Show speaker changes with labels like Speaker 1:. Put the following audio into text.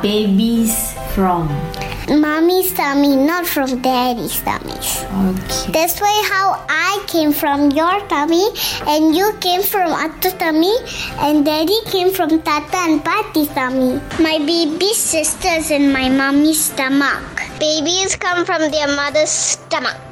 Speaker 1: babies from?
Speaker 2: Mommy's tummy, not from daddy's tummies.
Speaker 1: Okay.
Speaker 2: That's why how I came from your tummy and you came from Attu's tummy and daddy came from Tata and Pati's tummy. My baby sister's in my mommy's stomach. Babies come from their mother's stomach.